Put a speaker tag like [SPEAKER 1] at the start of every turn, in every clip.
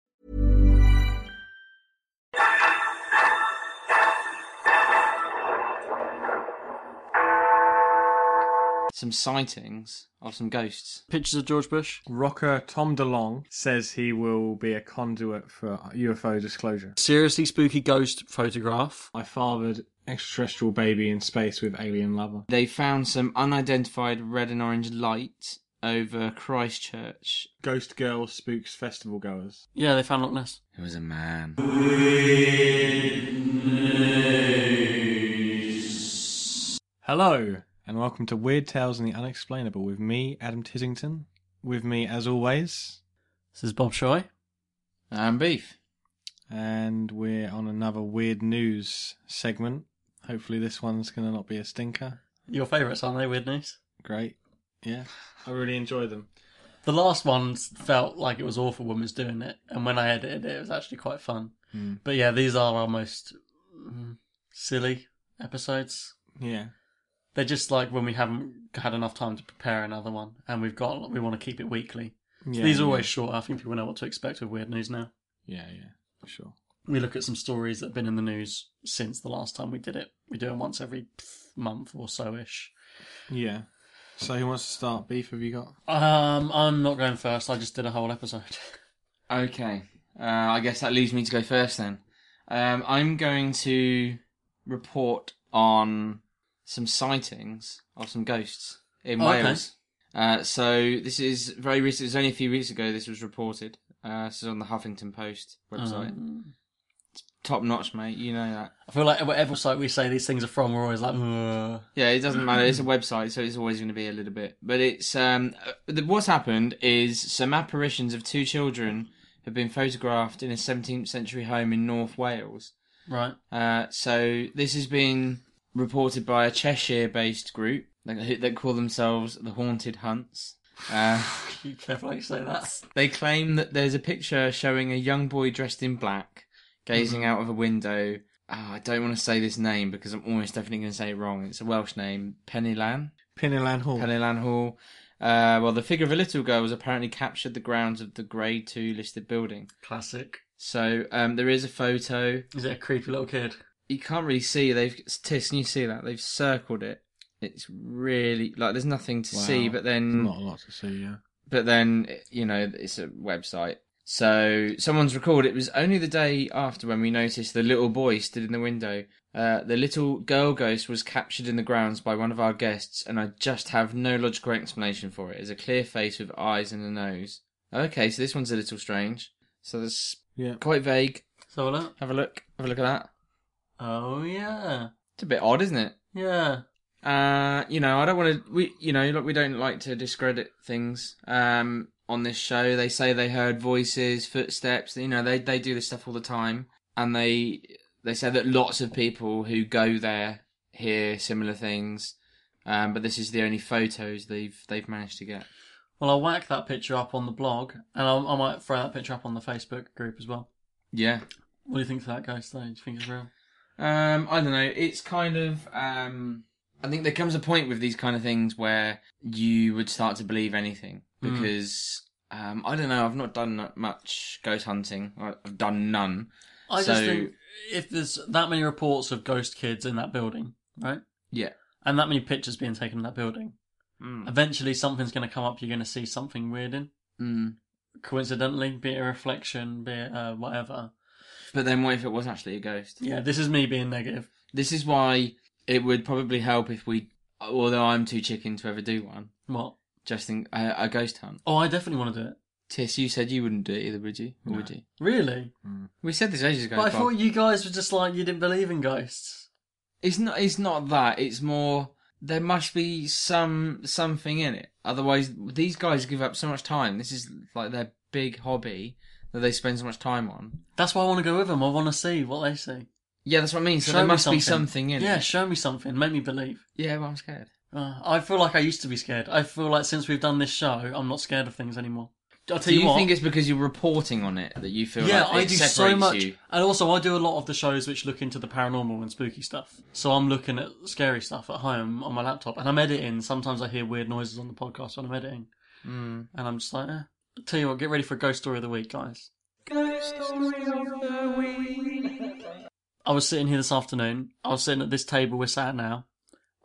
[SPEAKER 1] Some sightings of some ghosts.
[SPEAKER 2] Pictures of George Bush.
[SPEAKER 3] Rocker Tom DeLong says he will be a conduit for UFO disclosure.
[SPEAKER 2] Seriously spooky ghost photograph.
[SPEAKER 3] I fathered extraterrestrial baby in space with alien lover.
[SPEAKER 1] They found some unidentified red and orange light over Christchurch.
[SPEAKER 3] Ghost girl spooks festival goers.
[SPEAKER 2] Yeah, they found Loch Ness.
[SPEAKER 1] It was a man.
[SPEAKER 3] Hello and welcome to Weird Tales and the Unexplainable with me, Adam Tissington. With me, as always,
[SPEAKER 2] This is Bob Shoy.
[SPEAKER 1] And beef.
[SPEAKER 3] and we're on another weird news segment. Hopefully, this one's going to not be a stinker.
[SPEAKER 2] Your favourites, aren't they? Weird news.
[SPEAKER 3] Great. Yeah, I really enjoy them.
[SPEAKER 2] The last one felt like it was awful when we was doing it, and when I edited it, it was actually quite fun.
[SPEAKER 3] Hmm.
[SPEAKER 2] But yeah, these are our most mm, silly episodes.
[SPEAKER 3] Yeah.
[SPEAKER 2] They're just like when we haven't had enough time to prepare another one, and we've got we want to keep it weekly.
[SPEAKER 3] yeah
[SPEAKER 2] these are
[SPEAKER 3] yeah.
[SPEAKER 2] always short. I think people know what to expect with weird news now.
[SPEAKER 3] Yeah, yeah, for sure.
[SPEAKER 2] We look at some stories that have been in the news since the last time we did it. We do them once every month or so ish.
[SPEAKER 3] Yeah. So, who wants to start? Beef, have you got?
[SPEAKER 2] Um, I'm not going first. I just did a whole episode.
[SPEAKER 1] Okay. Uh, I guess that leaves me to go first then. Um, I'm going to report on some sightings of some ghosts in
[SPEAKER 2] Oh, okay.
[SPEAKER 1] Wales. Uh, so this is very recent. It was only a few weeks ago this was reported. Uh, this is on the Huffington Post website.
[SPEAKER 2] Um,
[SPEAKER 1] Top notch, mate. You know that.
[SPEAKER 2] I feel like whatever site we say these things are from, we're always like, "Ugh."
[SPEAKER 1] Yeah, it doesn't matter. It's a website, so it's always going to be a little bit. But it's um, uh, the, what's happened is some apparitions of two children have been photographed in a 17th century home in North Wales.
[SPEAKER 2] right?
[SPEAKER 1] Uh, so this has been reported by a Cheshire-based group that, who- that call themselves the Haunted Hunts. Uh,
[SPEAKER 2] Be careful how you say that.
[SPEAKER 1] they claim that there's a picture showing a young boy dressed in black gazing out of a window. Oh, I don't want to say this name because I'm almost definitely going to say it wrong. It's a Welsh name, Pennylan.
[SPEAKER 3] Pinneland Hall.
[SPEAKER 1] Pennylan Hall. Uh, well, the figure of a little girl was apparently captured the grounds of the Grade 2 listed building.
[SPEAKER 2] Classic.
[SPEAKER 1] So um, there is a photo.
[SPEAKER 2] Is it a creepy little kid?
[SPEAKER 1] You can't really see. They've Tis, can you see that? They've circled it. It's really like there's nothing to
[SPEAKER 3] Wow.
[SPEAKER 1] see, but then
[SPEAKER 3] Not a lot to see, yeah.
[SPEAKER 1] but then you know it's a website. So someone's recorded. It was only the day after when we noticed the little boy stood in the window. Uh, the little girl ghost was captured in the grounds by one of our guests, and I just have no logical explanation for it. It's a clear face with eyes and a nose. Okay, so this one's a little strange. So that's
[SPEAKER 3] Yeah.
[SPEAKER 1] quite vague.
[SPEAKER 2] So that.
[SPEAKER 1] Have a look. Have a look at that.
[SPEAKER 2] Oh yeah,
[SPEAKER 1] It's a bit odd, isn't it?
[SPEAKER 2] yeah.
[SPEAKER 1] Uh, you know, I don't want to. We, you know, like we don't like to discredit things. Um, on this show, they say they heard voices, footsteps. You know, they they do this stuff all the time, and they they say that lots of people who go there hear similar things. Um, but this is the only photos they've they've managed to get.
[SPEAKER 2] Well, I'll whack that picture up on the blog, and I'll, I might throw that picture up on the Facebook group as well.
[SPEAKER 1] Yeah.
[SPEAKER 2] What do you think of that ghost? Though, do you think it's real?
[SPEAKER 1] Um, I don't know. It's kind of. Um, I think there comes a point with these kind of things where you would start to believe anything
[SPEAKER 2] Mm.
[SPEAKER 1] because um, I don't know. I've not done that much ghost hunting. I- I've done none.
[SPEAKER 2] I
[SPEAKER 1] So-
[SPEAKER 2] just think if there's that many reports of ghost kids in that building, right,
[SPEAKER 1] Yeah.
[SPEAKER 2] and that many pictures being taken in that building,
[SPEAKER 1] Mm.
[SPEAKER 2] eventually something's going to come up. You're going to see something weird in.
[SPEAKER 1] Mm.
[SPEAKER 2] coincidentally, be it a reflection, be it uh, whatever.
[SPEAKER 1] But then what if it was actually a ghost?
[SPEAKER 2] Yeah, this is me being negative.
[SPEAKER 1] This is why it would probably help if we, although I'm too chicken to ever do one,
[SPEAKER 2] What?
[SPEAKER 1] just think uh, a ghost hunt.
[SPEAKER 2] Oh, I definitely want to do it.
[SPEAKER 1] Tiss, you said you wouldn't do it either, would you? Or
[SPEAKER 3] No.
[SPEAKER 1] would you? Hmm.
[SPEAKER 2] Really?
[SPEAKER 1] We said this ages ago.
[SPEAKER 2] but I
[SPEAKER 1] Bob.
[SPEAKER 2] thought you guys were just like you didn't believe in ghosts.
[SPEAKER 1] It's not. It's not that. It's more. There must be some something in it. Otherwise, these guys give up so much time. This is like their big hobby that they spend so much time on.
[SPEAKER 2] That's why I want to go with them. I want to see what they see.
[SPEAKER 1] Yeah, that's what I mean. So
[SPEAKER 2] Show
[SPEAKER 1] there
[SPEAKER 2] me
[SPEAKER 1] must be something in
[SPEAKER 2] Yeah,
[SPEAKER 1] it.
[SPEAKER 2] show me something. Make me believe.
[SPEAKER 1] yeah, but I'm scared.
[SPEAKER 2] Uh, I feel like I used to be scared. I feel like since we've done this show, I'm not scared of things anymore. I'll tell
[SPEAKER 1] Do you
[SPEAKER 2] what.
[SPEAKER 1] think it's because you're reporting on it that you feel
[SPEAKER 2] yeah,
[SPEAKER 1] like
[SPEAKER 2] I
[SPEAKER 1] it
[SPEAKER 2] do so
[SPEAKER 1] separates
[SPEAKER 2] much,
[SPEAKER 1] you?
[SPEAKER 2] and also I do a lot of the shows which look into the paranormal and spooky stuff. So I'm looking at scary stuff at home on my laptop, and I'm editing. Sometimes I hear weird noises on the podcast when I'm editing,
[SPEAKER 1] Hmm.
[SPEAKER 2] mm. and I'm just like, eh. tell you what, get ready for ghost story of the week, guys. I was sitting here this afternoon. I was sitting at this table we're sat at now,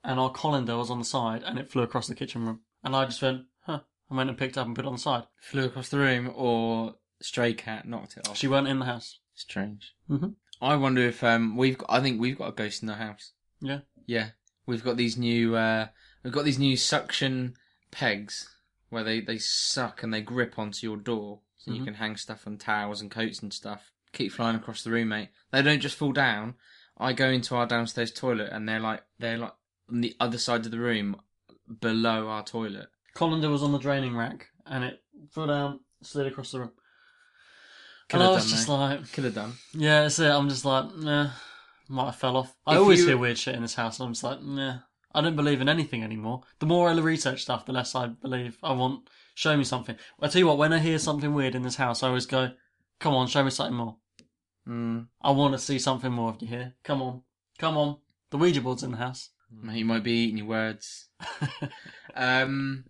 [SPEAKER 2] and our colander was on the side, and it flew across the kitchen room. And I just went, huh. I went and picked it up and put it on the side.
[SPEAKER 1] Flew across the room, or stray cat knocked it off.
[SPEAKER 2] She weren't in the house.
[SPEAKER 1] Strange.
[SPEAKER 2] hmm
[SPEAKER 1] I wonder if um we've got, I think we've got a ghost in the house.
[SPEAKER 2] Yeah.
[SPEAKER 1] Yeah, we've got these new uh we've got these new suction pegs where they they suck and they grip onto your door, so
[SPEAKER 2] Mm-hmm.
[SPEAKER 1] you can hang stuff on towels and coats and stuff. Keep flying across the room, mate. They don't just fall down. I go into our downstairs toilet and they're like they're like on the other side of the room, below our toilet.
[SPEAKER 2] Colander was on the draining rack and it fell down, slid across the room.
[SPEAKER 1] Could
[SPEAKER 2] and I
[SPEAKER 1] have
[SPEAKER 2] was
[SPEAKER 1] done,
[SPEAKER 2] just
[SPEAKER 1] mate.
[SPEAKER 2] like,
[SPEAKER 1] Could have done.
[SPEAKER 2] yeah, that's it. I'm just like, nah, might have fell off. I
[SPEAKER 1] If
[SPEAKER 2] always
[SPEAKER 1] you-
[SPEAKER 2] hear weird shit in this house and I'm just like, nah, I don't believe in anything anymore. The more I research stuff, the less I believe. I want, show me something. I tell you what, when I hear something weird in this house, I always go, come on, show me something more.
[SPEAKER 1] Mm,
[SPEAKER 2] I want to see something more of you here. Come on, come on. The Ouija board's in the house.
[SPEAKER 1] mate, you might be eating your words. Um,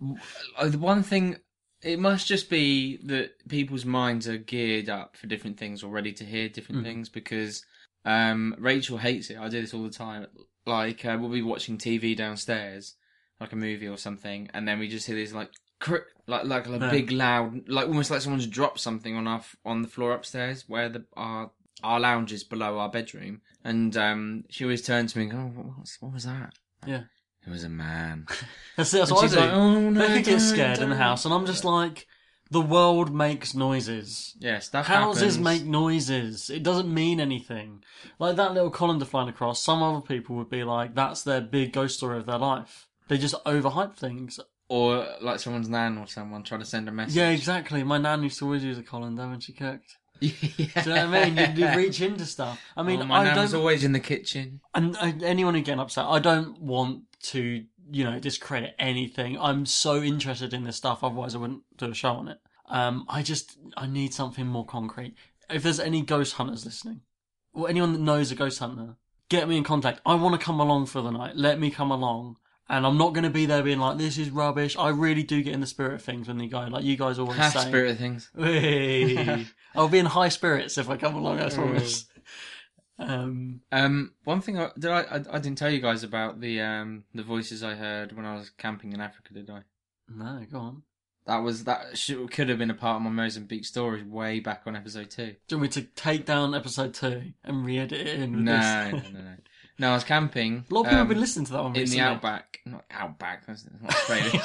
[SPEAKER 1] w- uh, the one thing it must just be that people's minds are geared up for different things or ready to hear different
[SPEAKER 2] Mm.
[SPEAKER 1] things because um, Rachel hates it. I do this all the time. Like uh, we'll be watching TV downstairs, like a movie or something, and then we just hear these like cr- like like a
[SPEAKER 2] Yeah.
[SPEAKER 1] big loud, like almost like someone's dropped something on our f- on the floor upstairs where the our our lounge is below our bedroom, and um, she always turns to me and goes, oh, what, was, what was that?
[SPEAKER 2] Yeah.
[SPEAKER 1] It was a man.
[SPEAKER 2] That's, that's
[SPEAKER 1] And
[SPEAKER 2] what I
[SPEAKER 1] she's
[SPEAKER 2] do.
[SPEAKER 1] like, "Oh, no,
[SPEAKER 2] they get
[SPEAKER 1] don't,
[SPEAKER 2] scared in the
[SPEAKER 1] don't."
[SPEAKER 2] house, and I'm just like, the world makes noises.
[SPEAKER 1] Yeah, stuff
[SPEAKER 2] Houses
[SPEAKER 1] happens.
[SPEAKER 2] make noises. It doesn't mean anything. Like that little colander flying across, some other people would be like, that's their big ghost story of their life. They just overhype things.
[SPEAKER 1] or like someone's nan or someone trying to send a message.
[SPEAKER 2] Yeah, exactly. My nan used to always use a colander when she cooked.
[SPEAKER 1] yeah.
[SPEAKER 2] Do you know what I mean? You, you reach into stuff. I mean,
[SPEAKER 1] Oh, my
[SPEAKER 2] I
[SPEAKER 1] nan
[SPEAKER 2] don't.
[SPEAKER 1] was always in the kitchen.
[SPEAKER 2] And uh, anyone who getting upset, I don't want to, you know, discredit anything. I'm so interested in this stuff, otherwise I wouldn't do a show on it. Um, I just, I need something more concrete. If there's any ghost hunters listening, or anyone that knows a ghost hunter, get me in contact. I want to come along for the night. Let me come along. And I'm not going to be there being like, this is rubbish. I really do get in the spirit of things when they go, like you guys always
[SPEAKER 1] Half
[SPEAKER 2] say.
[SPEAKER 1] spirit of things.
[SPEAKER 2] Hey. I'll be in high spirits if I come along, I promise. Um,
[SPEAKER 1] Um, one thing I did I, I I didn't tell you guys about the um the voices I heard when I was camping in Africa, did I?
[SPEAKER 2] No, go on.
[SPEAKER 1] That was that should, could have been a part of my Mozambique story way back on episode two.
[SPEAKER 2] Do you want me to take down episode two and re-edit it in? With
[SPEAKER 1] No,
[SPEAKER 2] this?
[SPEAKER 1] no, no, no. No, I was camping.
[SPEAKER 2] A lot of people have
[SPEAKER 1] um,
[SPEAKER 2] been listening to that one
[SPEAKER 1] in
[SPEAKER 2] recently.
[SPEAKER 1] the outback. Not outback. That's that's not Australia.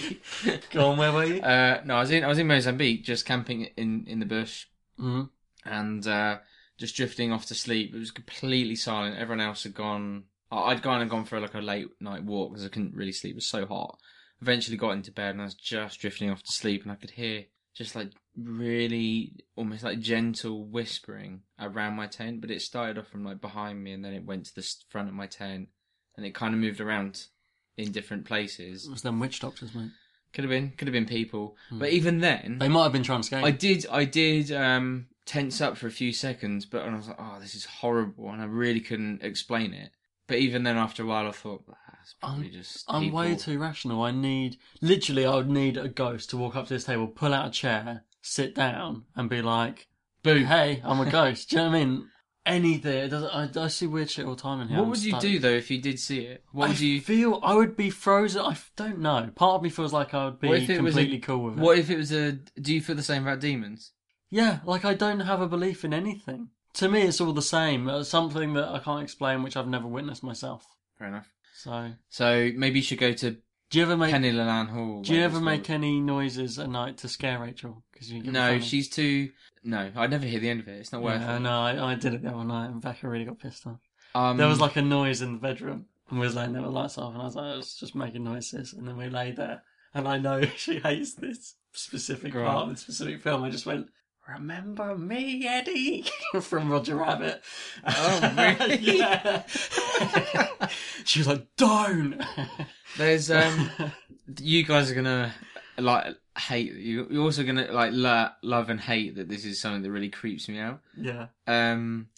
[SPEAKER 1] Sorry.
[SPEAKER 2] Go on, where were you?
[SPEAKER 1] Uh, no, I was in I was in Mozambique, just camping in in the bush,
[SPEAKER 2] Mhm.
[SPEAKER 1] and uh, just drifting off to sleep. It was completely silent. Everyone else had gone. I- I'd gone and gone for like a late night walk because I couldn't really sleep. It was so hot. Eventually got into bed and I was just drifting off to sleep, and I could hear just like really almost like gentle whispering around my tent. But it started off from like behind me, and then it went to the s- front of my tent, and it kind of moved around in different places.
[SPEAKER 2] It was them witch doctors, mate. Hmm.
[SPEAKER 1] Could have been, could have been people. But even then,
[SPEAKER 2] They might have been trying to scare
[SPEAKER 1] I
[SPEAKER 2] you.
[SPEAKER 1] did, I did um, tense up for a few seconds, but and I was like, "Oh, this is horrible," and I really couldn't explain it. But even then, after a while, I thought, ah, "It's probably
[SPEAKER 2] I'm,
[SPEAKER 1] just."
[SPEAKER 2] I'm way
[SPEAKER 1] people."
[SPEAKER 2] too rational. I need literally, I would need a ghost to walk up to this table, pull out a chair, sit down, and be like,
[SPEAKER 1] Boo!
[SPEAKER 2] "Hey, I'm a ghost." Do you know what I mean? anything. It doesn't, I, I see weird shit all the time in here.
[SPEAKER 1] what
[SPEAKER 2] I'm
[SPEAKER 1] would you
[SPEAKER 2] stuck.
[SPEAKER 1] do though if you did see it? What
[SPEAKER 2] I
[SPEAKER 1] would you?
[SPEAKER 2] feel I would be frozen. I f- don't know. Part of me feels like I would be
[SPEAKER 1] what if it was a-
[SPEAKER 2] completely cool with it.
[SPEAKER 1] What if it was a? Do you feel the same about demons?
[SPEAKER 2] Yeah, like I don't have a belief in anything. To me, it's all the same. Uh, something that I can't explain, which I've never witnessed myself.
[SPEAKER 1] Fair enough.
[SPEAKER 2] So,
[SPEAKER 1] So maybe you should go to
[SPEAKER 2] do you ever make
[SPEAKER 1] Penny Lanan Hall.
[SPEAKER 2] do you ever
[SPEAKER 1] whatever it's
[SPEAKER 2] make
[SPEAKER 1] called.
[SPEAKER 2] any noises at night to scare Rachel? Because you get
[SPEAKER 1] No,
[SPEAKER 2] funny.
[SPEAKER 1] she's too. No, I'd never hear the end of it. It's not worth
[SPEAKER 2] Yeah,
[SPEAKER 1] it.
[SPEAKER 2] no, I, I did it the other night, and Becca really got pissed off.
[SPEAKER 1] Um,
[SPEAKER 2] there was like a noise in the bedroom, and we was laying there with lights off, and I was like, it's just making noises. And then we lay there, and I know she hates this specific
[SPEAKER 1] Go
[SPEAKER 2] part
[SPEAKER 1] on.
[SPEAKER 2] of the specific film. I just went, Remember me, Eddie, from Roger Rabbit.
[SPEAKER 1] Oh, really?
[SPEAKER 2] yeah. she was like, Don't!
[SPEAKER 1] There's um, you guys are gonna like hate you. You're also gonna like lo- love and hate that this is something that really creeps me out.
[SPEAKER 2] yeah.
[SPEAKER 1] Um,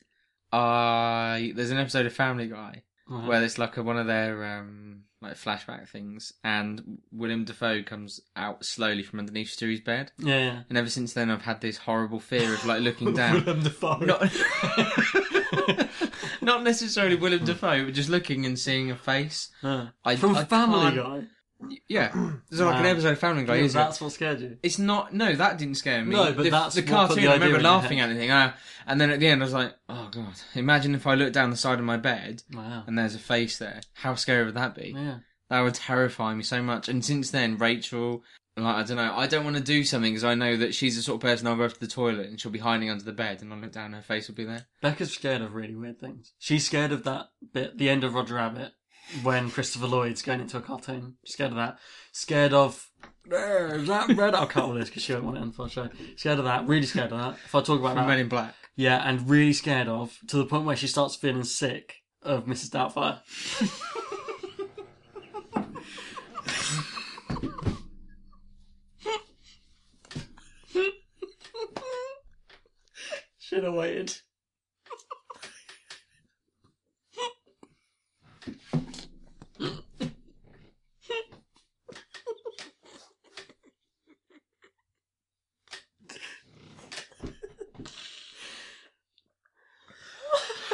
[SPEAKER 1] I there's an episode of Family Guy
[SPEAKER 2] Right.
[SPEAKER 1] where it's like a, one of their um like flashback things, and William Defoe comes out slowly from underneath Stewie's bed,
[SPEAKER 2] yeah, yeah.
[SPEAKER 1] and ever since then I've had this horrible fear of like looking down.
[SPEAKER 2] Willem Dafoe.
[SPEAKER 1] Not, not necessarily Willem Dafoe, but just looking and seeing a face.
[SPEAKER 2] No.
[SPEAKER 1] I-
[SPEAKER 2] From
[SPEAKER 1] I
[SPEAKER 2] Family
[SPEAKER 1] can't-
[SPEAKER 2] Guy.
[SPEAKER 1] Yeah, there's like an
[SPEAKER 2] Wow.
[SPEAKER 1] episode of Family Guy.
[SPEAKER 2] Yeah,
[SPEAKER 1] isn't it?
[SPEAKER 2] that's what scared you.
[SPEAKER 1] It's not. No, that didn't scare me.
[SPEAKER 2] No, but
[SPEAKER 1] the,
[SPEAKER 2] that's
[SPEAKER 1] the
[SPEAKER 2] what put
[SPEAKER 1] cartoon.
[SPEAKER 2] the
[SPEAKER 1] I
[SPEAKER 2] idea
[SPEAKER 1] remember
[SPEAKER 2] in your
[SPEAKER 1] laughing
[SPEAKER 2] head.
[SPEAKER 1] at anything, uh, and then at the end, I was like, "Oh god! Imagine if I looked down the side of my bed
[SPEAKER 2] Wow.
[SPEAKER 1] and there's a face there. How scary would that be?
[SPEAKER 2] Yeah.
[SPEAKER 1] That would terrify me so much." And since then, Rachel, like I don't know, I don't want to do something because I know that she's the sort of person I'll go to the toilet and she'll be hiding under the bed, and I will look down, and her face will be there.
[SPEAKER 2] Becca's scared of really weird things. She's scared of that bit, the end of Roger Rabbit, when Christopher Lloyd's going into a cartoon. She's scared of that. Scared of "Eh, is that red. I can't all this because she won't want it on the show. Scared of that. Really scared of that. If I talk about
[SPEAKER 1] From Men
[SPEAKER 2] that,
[SPEAKER 1] in Black.
[SPEAKER 2] yeah, and really scared of to the point where she starts feeling sick of Mrs. Doubtfire. Should have waited.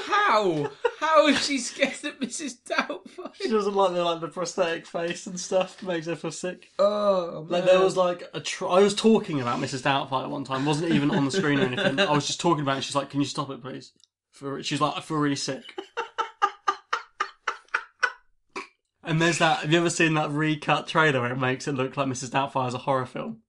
[SPEAKER 1] How? How is she scared of Mrs. Doubtfire?
[SPEAKER 2] She doesn't like the like the prosthetic face and stuff. Makes her feel sick.
[SPEAKER 1] Oh,
[SPEAKER 2] Like there was like a tr- I was talking about Mrs. Doubtfire one time. wasn't even on the screen or anything. I was just talking about. it. She's like, "Can you stop it, please?" For she's like, "I feel really sick." and there's that. Have you ever seen that recut trailer where it makes it look like Mrs. Doubtfire's a horror film?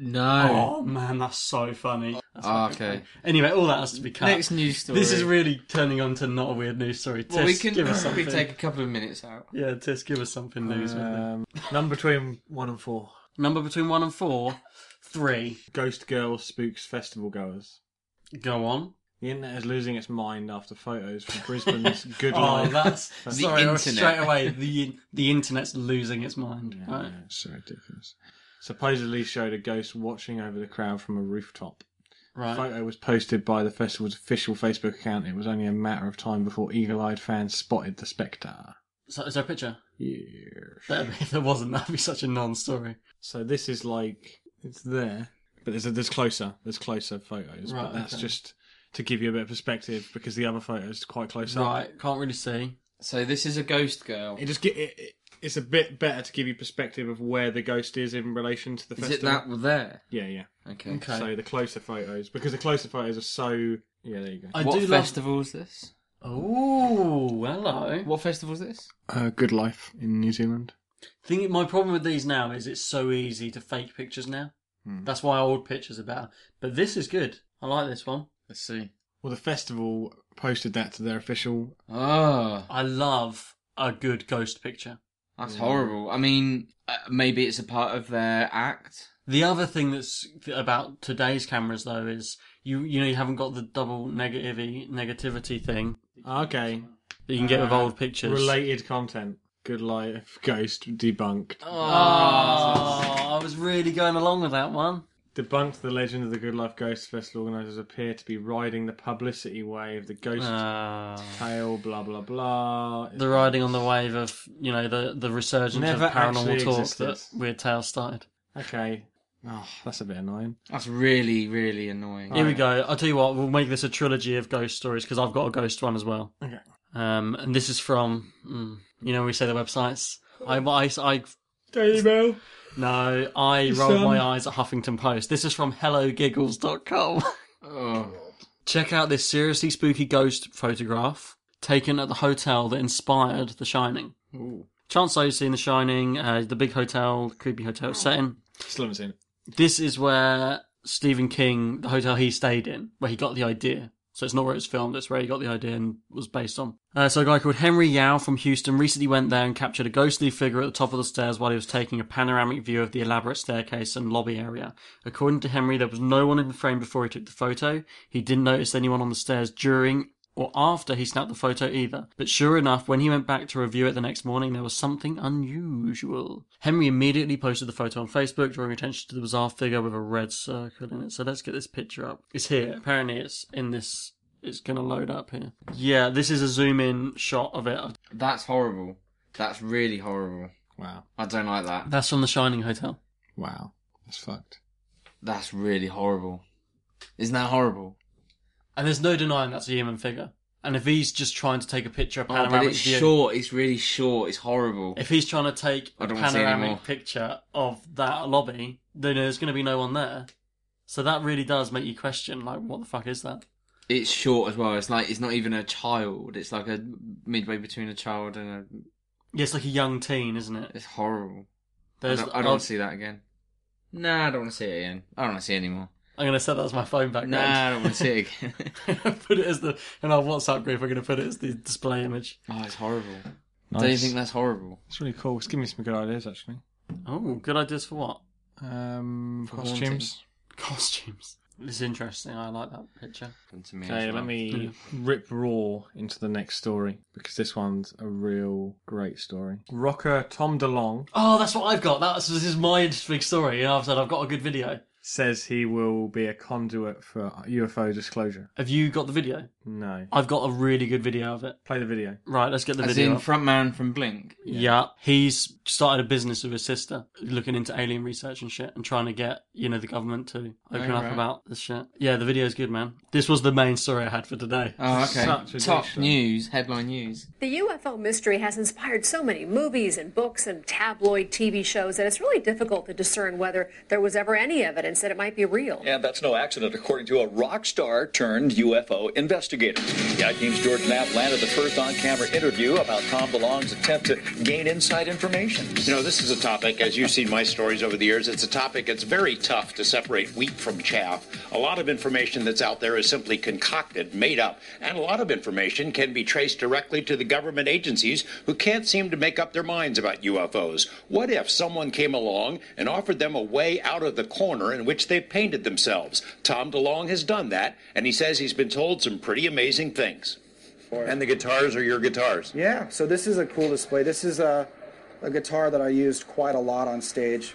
[SPEAKER 1] no.
[SPEAKER 2] Oh, man, that's so funny. That's
[SPEAKER 1] Ah,
[SPEAKER 2] fucking
[SPEAKER 1] okay.
[SPEAKER 2] funny. Anyway, all that has to be cut.
[SPEAKER 1] Next news story.
[SPEAKER 2] This is really turning on to not a weird news story. Tis,
[SPEAKER 1] Well, we can
[SPEAKER 2] give us
[SPEAKER 1] we
[SPEAKER 2] something.
[SPEAKER 1] take a couple of minutes out.
[SPEAKER 2] Yeah, Tis, give us something news. won't you?
[SPEAKER 3] Um, number between one and four.
[SPEAKER 2] Number between one and four, three.
[SPEAKER 3] Ghost Girl spooks festival goes.
[SPEAKER 2] Go on.
[SPEAKER 3] The internet is losing its mind after photos from Brisbane's Good
[SPEAKER 2] Oh,
[SPEAKER 3] Life.
[SPEAKER 2] that's
[SPEAKER 3] The
[SPEAKER 2] sorry, I was
[SPEAKER 1] internet.
[SPEAKER 2] straight away. The the internet's losing its mind. Right.
[SPEAKER 3] Yeah, it's so ridiculous. Supposedly showed a ghost watching over the crowd from a rooftop.
[SPEAKER 2] Right.
[SPEAKER 3] photo was posted by the festival's official Facebook account. It was only a matter of time before eagle-eyed fans spotted the spectre.
[SPEAKER 2] So, is there a picture?
[SPEAKER 3] Yeah.
[SPEAKER 2] That'd be- If there wasn't, that'd be such a non-story.
[SPEAKER 3] So this is like it's there, but there's there's closer, there's closer photos.
[SPEAKER 2] Right,
[SPEAKER 3] but that's
[SPEAKER 2] okay.
[SPEAKER 3] just to give you a bit of perspective because the other photo is quite close up.
[SPEAKER 2] Right. Can't really see.
[SPEAKER 1] So this is a ghost girl.
[SPEAKER 3] It just get it, it, it's a bit better to give you perspective of where the ghost is in relation to the
[SPEAKER 1] Is it
[SPEAKER 3] festival.
[SPEAKER 1] that there?
[SPEAKER 3] Yeah, yeah.
[SPEAKER 1] Okay.
[SPEAKER 2] Okay.
[SPEAKER 3] So the closer photos because the closer photos are so yeah. There you go.
[SPEAKER 2] I
[SPEAKER 1] what
[SPEAKER 2] do
[SPEAKER 1] festival is this?
[SPEAKER 2] love. Oh, hello.
[SPEAKER 1] What festival is this?
[SPEAKER 3] Uh, good life in New Zealand.
[SPEAKER 2] Think my problem with these now is it's so easy to fake pictures now.
[SPEAKER 1] Hmm.
[SPEAKER 2] That's why old pictures are better. But this is good. I like this one.
[SPEAKER 1] Let's see.
[SPEAKER 3] Well, the festival posted that to their official.
[SPEAKER 1] Oh,
[SPEAKER 2] I love a good ghost picture.
[SPEAKER 1] that's horrible. I mean, uh, maybe it's a part of their act.
[SPEAKER 2] The other thing that's about today's cameras though is you you know you haven't got the double negativity negativity thing
[SPEAKER 3] Okay.
[SPEAKER 2] that you can get with
[SPEAKER 3] Uh,
[SPEAKER 2] old pictures.
[SPEAKER 3] Related content. Good life. Ghost debunked.
[SPEAKER 2] Oh, I was really going along with that one.
[SPEAKER 3] Debunked the legend of the Good Life Ghost Festival organisers appear to be riding the publicity wave, the ghost
[SPEAKER 2] Uh,
[SPEAKER 3] tale, blah blah blah.
[SPEAKER 2] the riding on the wave of you know the the resurgence
[SPEAKER 3] Never
[SPEAKER 2] of paranormal
[SPEAKER 3] actually
[SPEAKER 2] talk
[SPEAKER 3] existed.
[SPEAKER 2] that Weird Tales started.
[SPEAKER 3] Okay. Ah,
[SPEAKER 1] Oh,
[SPEAKER 3] That's a bit annoying.
[SPEAKER 1] that's really, really annoying.
[SPEAKER 2] Here we go. I'll tell you what. We'll make this a trilogy of ghost stories because I've got a ghost one as well.
[SPEAKER 3] Okay.
[SPEAKER 2] Um, and this is from mm, you know we say the websites. I I, I
[SPEAKER 3] Daily Mail.
[SPEAKER 2] no I rolled my eyes at Huffington Post. This is from HelloGiggles.com.
[SPEAKER 1] Oh,
[SPEAKER 2] Check out this seriously spooky ghost photograph taken at the hotel that inspired The Shining. Chance I've seen The Shining, uh, the big hotel, creepy hotel setting.
[SPEAKER 3] Still haven't seen it.
[SPEAKER 2] This is where Stephen King, the hotel he stayed in, where he got the idea. So it's not where it was filmed, it's where he got the idea and was based on. Uh, so a guy called Henry Yao from Houston recently went there and captured a ghostly figure at the top of the stairs while he was taking a panoramic view of the elaborate staircase and lobby area. According to Henry, there was no one in the frame before he took the photo. He didn't notice anyone on the stairs during or after he snapped the photo either. But sure enough, when he went back to review it the next morning, there was something unusual. Henry immediately posted the photo on Facebook, drawing attention to the bizarre figure with a red circle in it. So let's get this picture up. It's here. Apparently, it's in this. It's gonna load up here. Yeah, this is a zoom in shot of it.
[SPEAKER 1] that's horrible. That's really horrible.
[SPEAKER 3] Wow.
[SPEAKER 1] I don't like that.
[SPEAKER 2] That's from the Shining Hotel.
[SPEAKER 3] Wow. That's fucked.
[SPEAKER 1] That's really horrible. Isn't that horrible?
[SPEAKER 2] And there's no denying that's a human figure. And if he's just trying to take a picture, a
[SPEAKER 1] Oh,
[SPEAKER 2] panoramic
[SPEAKER 1] but it's
[SPEAKER 2] view,
[SPEAKER 1] short. It's really short. It's horrible.
[SPEAKER 2] If he's trying to take
[SPEAKER 1] I
[SPEAKER 2] a
[SPEAKER 1] don't wanna see any more.
[SPEAKER 2] panoramic picture of that lobby, then there's going to be no one there. So that really does make you question, like, what the fuck is that?
[SPEAKER 1] It's short as well. It's like it's not even a child. It's like a midway between a child and a.
[SPEAKER 2] Yeah, it's like a young teen, isn't it?
[SPEAKER 1] It's horrible. I
[SPEAKER 2] There's,
[SPEAKER 1] don't, I don't want to see that again. Nah, I don't want to see it again. I don't want to see it anymore.
[SPEAKER 2] I'm going to set that as my phone background.
[SPEAKER 1] Nah, I don't want to see it again.
[SPEAKER 2] put it as the in our WhatsApp group. We're going to put it as the display image.
[SPEAKER 1] oh, it's horrible.
[SPEAKER 3] Nice.
[SPEAKER 1] Don't you think that's horrible?
[SPEAKER 3] It's really cool. It's giving me some good ideas actually.
[SPEAKER 2] Oh, good ideas for what?
[SPEAKER 3] Um,
[SPEAKER 1] For
[SPEAKER 3] costumes.
[SPEAKER 2] Costumes. It's interesting. I like that picture. Hmm.
[SPEAKER 1] Come to me as
[SPEAKER 3] Okay,
[SPEAKER 1] well.
[SPEAKER 3] let me rip raw into the next story because this one's a real great story. Rocker Tom DeLong
[SPEAKER 2] Oh, that's what I've got. That's this is my interesting story. And I've said I've got a good video.
[SPEAKER 3] says he will be a conduit for UFO disclosure.
[SPEAKER 2] Have you got the video?
[SPEAKER 3] No.
[SPEAKER 2] I've got a really good video of it.
[SPEAKER 3] Play the video.
[SPEAKER 2] Right, let's get the
[SPEAKER 1] As
[SPEAKER 2] video.
[SPEAKER 1] in
[SPEAKER 2] up.
[SPEAKER 1] frontman from Blink.
[SPEAKER 2] Yeah. he's started a business with his sister, looking into alien research and shit, and trying to get you know the government to open
[SPEAKER 1] Oh,
[SPEAKER 2] up
[SPEAKER 1] right.
[SPEAKER 2] about this shit. Yeah, the video's good, man. This was the main story I had for today.
[SPEAKER 1] Oh, okay.
[SPEAKER 3] Such a
[SPEAKER 1] Top
[SPEAKER 3] dish, though.
[SPEAKER 1] news, headline news.
[SPEAKER 4] The UFO mystery has inspired so many movies and books and tabloid TV shows that it's really difficult to discern whether there was ever any evidence that it might be real.
[SPEAKER 5] And that's no accident, according to a rock star turned UFO investigator. The iTeam's George Knapp landed the first on camera interview about Tom DeLong's attempt to gain inside information.
[SPEAKER 6] You know, this is a topic, as you've seen my stories over the years, it's a topic that's very tough to separate wheat from chaff. A lot of information that's out there is simply concocted, made up, and a lot of information can be traced directly to the government agencies who can't seem to make up their minds about UFOs. What if someone came along and offered them a way out of the corner in which they painted themselves? Tom DeLong has done that, and he says he's been told some pretty amazing things. And the guitars are your guitars.
[SPEAKER 7] Yeah, so this is a cool display. This is a, a guitar that I used quite a lot on stage.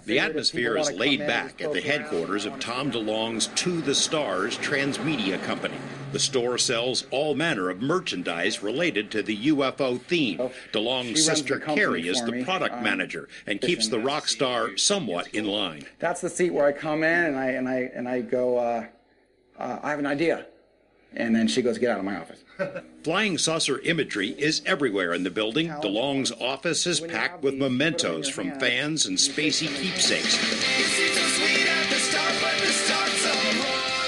[SPEAKER 6] The
[SPEAKER 7] figured if people
[SPEAKER 6] atmosphere
[SPEAKER 7] wanna
[SPEAKER 6] is
[SPEAKER 7] come
[SPEAKER 6] laid
[SPEAKER 7] in and
[SPEAKER 6] back
[SPEAKER 7] just
[SPEAKER 6] at the
[SPEAKER 7] poke around,
[SPEAKER 6] headquarters
[SPEAKER 7] I
[SPEAKER 6] of
[SPEAKER 7] wanna
[SPEAKER 6] Tom
[SPEAKER 7] see it.
[SPEAKER 6] DeLong's To the Stars transmedia company. The store sells all manner of merchandise related to the UFO theme.
[SPEAKER 7] Oh, She
[SPEAKER 6] DeLong's
[SPEAKER 7] runs
[SPEAKER 6] sister
[SPEAKER 7] the company
[SPEAKER 6] Carrie is
[SPEAKER 7] for
[SPEAKER 6] the
[SPEAKER 7] me.
[SPEAKER 6] product
[SPEAKER 7] Um,
[SPEAKER 6] manager and keeps the rock star somewhat in line.
[SPEAKER 7] That's the seat where I come in and I and I and I go. Uh, uh, I have an idea, and then she goes, "Get out of my office."
[SPEAKER 6] Flying saucer imagery is everywhere in the building. DeLong's office is
[SPEAKER 7] When you
[SPEAKER 6] packed
[SPEAKER 7] have
[SPEAKER 6] with
[SPEAKER 7] these, put 'em in
[SPEAKER 6] mementos
[SPEAKER 7] your
[SPEAKER 6] from
[SPEAKER 7] hand.
[SPEAKER 6] fans and spacey keepsakes.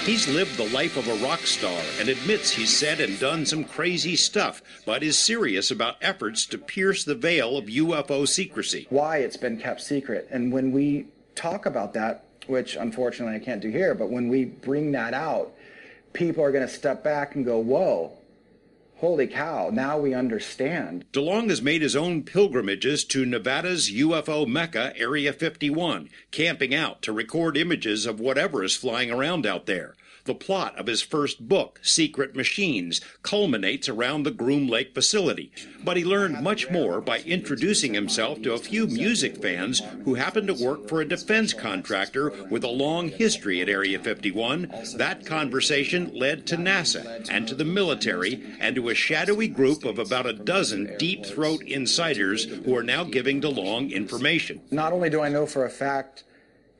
[SPEAKER 6] He's lived the life of a rock star and admits he's said and done some crazy stuff, but is serious about efforts to pierce the veil of UFO secrecy.
[SPEAKER 7] Why it's been kept secret, and when we talk about that, which unfortunately I can't do here, but when we bring that out, people are going to step back and go, "Whoa, holy cow! Now we understand."
[SPEAKER 6] DeLong has made his own pilgrimages to Nevada's UFO Mecca, Area 51, camping out to record images of whatever is flying around out there. The plot of his first book, Secret Machines, culminates around the Groom Lake facility, but he learned much more by introducing himself to a few music fans who happened to work for a defense contractor with a long history at Area 51. That conversation led to NASA and to the military and to a shadowy group of about a dozen deep throat insiders who are now giving DeLong information.
[SPEAKER 7] Not only do I know for a fact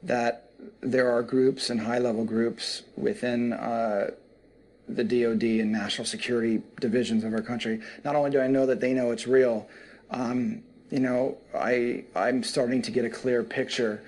[SPEAKER 7] that there are groups and high level groups within uh, the DoD and national security divisions of our country. Not only do I know that they know it's real, um, you know, I I'm starting to get a clear picture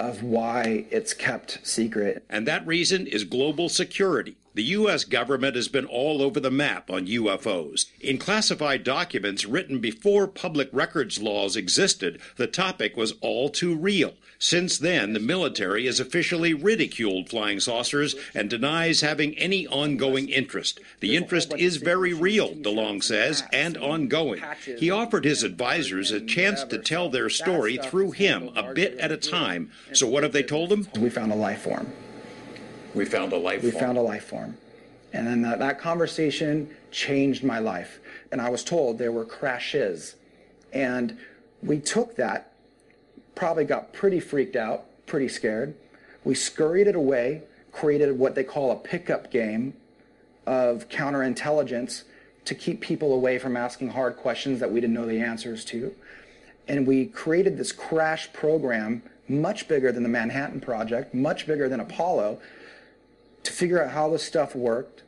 [SPEAKER 7] of why it's kept secret.
[SPEAKER 6] And that reason is global security. The U.S. government has been all over the map on UFOs. In classified documents written before public records laws existed, the topic was all too real. Since then, the military has officially ridiculed flying saucers and denies having any ongoing interest. The interest is very real, DeLong says, and ongoing. He offered his advisors a chance to tell their story through him, a bit at a time. So, what have they told them?
[SPEAKER 7] We found a life form.
[SPEAKER 6] We found a life
[SPEAKER 7] We found a life form. And then that, that conversation changed my life. And I was told there were crashes. And we took that, probably got pretty freaked out, pretty scared. We scurried it away, created what they call a pickup game of counterintelligence to keep people away from asking hard questions that we didn't know the answers to. And we created this crash program, much bigger than the Manhattan Project, much bigger than Apollo, to figure out how this stuff worked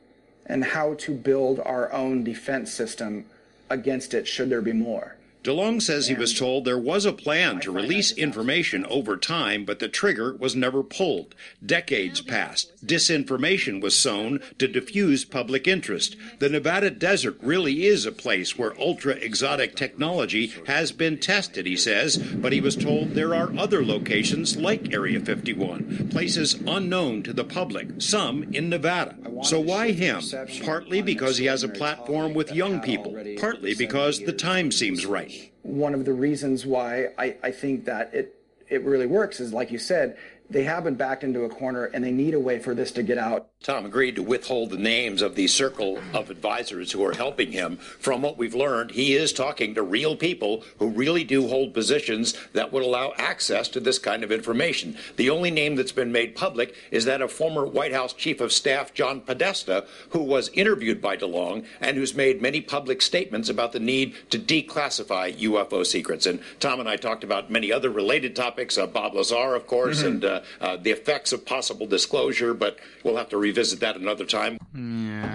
[SPEAKER 7] and how to build our own defense system against it should there be more.
[SPEAKER 6] DeLong says he was told there was a plan to release information over time, but the trigger was never pulled. Decades passed. Disinformation was sown to diffuse public interest. The Nevada desert really is a place where ultra exotic technology has been tested, he says, but he was told there are other locations like Area 51, places unknown to the public, some in Nevada. So why him? Partly because he has a platform with young people, partly because the time seems right.
[SPEAKER 7] One of the reasons why I, I think that it, it really works is, like you said, they have been backed into a corner and they need a way for this to get out.
[SPEAKER 5] Tom agreed to withhold the names of the circle of advisors who are helping him. From what we've learned, he is talking to real people who really do hold positions that would allow access to this kind of information. The only name that's been made public is that of former White House Chief of Staff John Podesta, who was interviewed by DeLong and who's made many public statements about the need to declassify UFO secrets. And Tom and I talked about many other related topics, uh, Bob Lazar, of course, and uh, uh, the effects of possible disclosure, but we'll have to revisit that another time.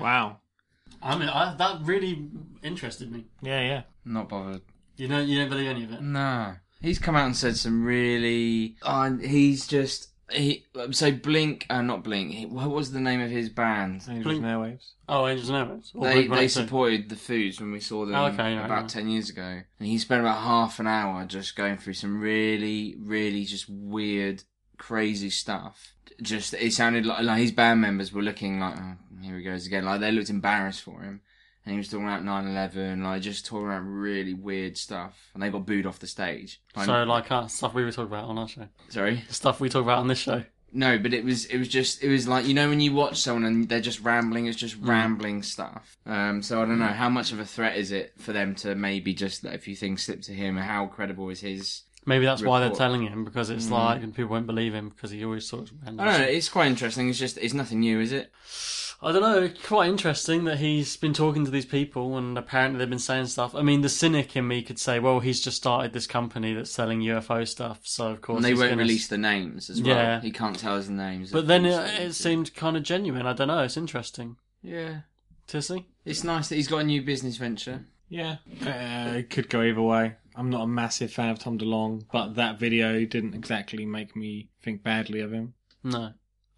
[SPEAKER 3] Wow.
[SPEAKER 2] I mean, I, that really interested me.
[SPEAKER 3] Yeah, yeah.
[SPEAKER 1] Not bothered.
[SPEAKER 2] You know, you don't believe any of it.
[SPEAKER 1] No, he's come out and said some really. Uh, he's just he. So Blink, uh, not Blink. he- What was the name of his band?
[SPEAKER 3] Angels and airwaves.
[SPEAKER 2] Oh, Angels and Airwaves. Or
[SPEAKER 1] They
[SPEAKER 2] Blink 182.
[SPEAKER 1] they supported the Foods when we saw them
[SPEAKER 2] Oh, okay, yeah,
[SPEAKER 1] about
[SPEAKER 2] yeah.
[SPEAKER 1] ten years ago, and he spent about half an hour just going through some really, really just weird, crazy stuff. Just it sounded like, like his band members were looking like, oh, here he goes again. Like they looked embarrassed for him, and he was talking about 9-11, like just talking about really weird stuff, and they got booed off the stage. Like,
[SPEAKER 2] So, like, uh, stuff we were talking about on our show.
[SPEAKER 1] sorry.
[SPEAKER 2] The stuff we talk about on this show.
[SPEAKER 1] No, but it was it was just it was like you know when you watch someone and they're just rambling, it's just
[SPEAKER 2] Mm.
[SPEAKER 1] rambling stuff. Um, so I don't know how much of a threat is it for them to maybe just let a few things slip to him, and how credible is his?
[SPEAKER 2] Maybe that's why they're
[SPEAKER 1] Report. Mm.
[SPEAKER 2] telling him, because it's like, and people won't believe him because he always talks random
[SPEAKER 1] Mm-hmm. I don't know.
[SPEAKER 2] shit.
[SPEAKER 1] It's quite interesting. It's just it's nothing new, is it?
[SPEAKER 2] I don't know. It's quite interesting that he's been talking to these people, and apparently they've been saying stuff. I mean, the cynic in me could say, "Well, he's just started this company that's selling UFO stuff, so of course."
[SPEAKER 1] And they
[SPEAKER 2] he's
[SPEAKER 1] won't
[SPEAKER 2] gonna-
[SPEAKER 1] release the names as well.
[SPEAKER 2] Yeah.
[SPEAKER 1] He can't tell us the names.
[SPEAKER 2] But
[SPEAKER 1] of
[SPEAKER 2] then
[SPEAKER 1] who's
[SPEAKER 2] it, it
[SPEAKER 1] who's-
[SPEAKER 2] seemed kind of genuine. I don't know. It's interesting.
[SPEAKER 1] yeah,
[SPEAKER 2] Tissy,
[SPEAKER 1] it's nice that he's got a new business venture.
[SPEAKER 3] Yeah. Uh, it could go either way. I'm not a massive fan of Tom DeLong, but that video didn't exactly make me think badly of him.
[SPEAKER 2] no.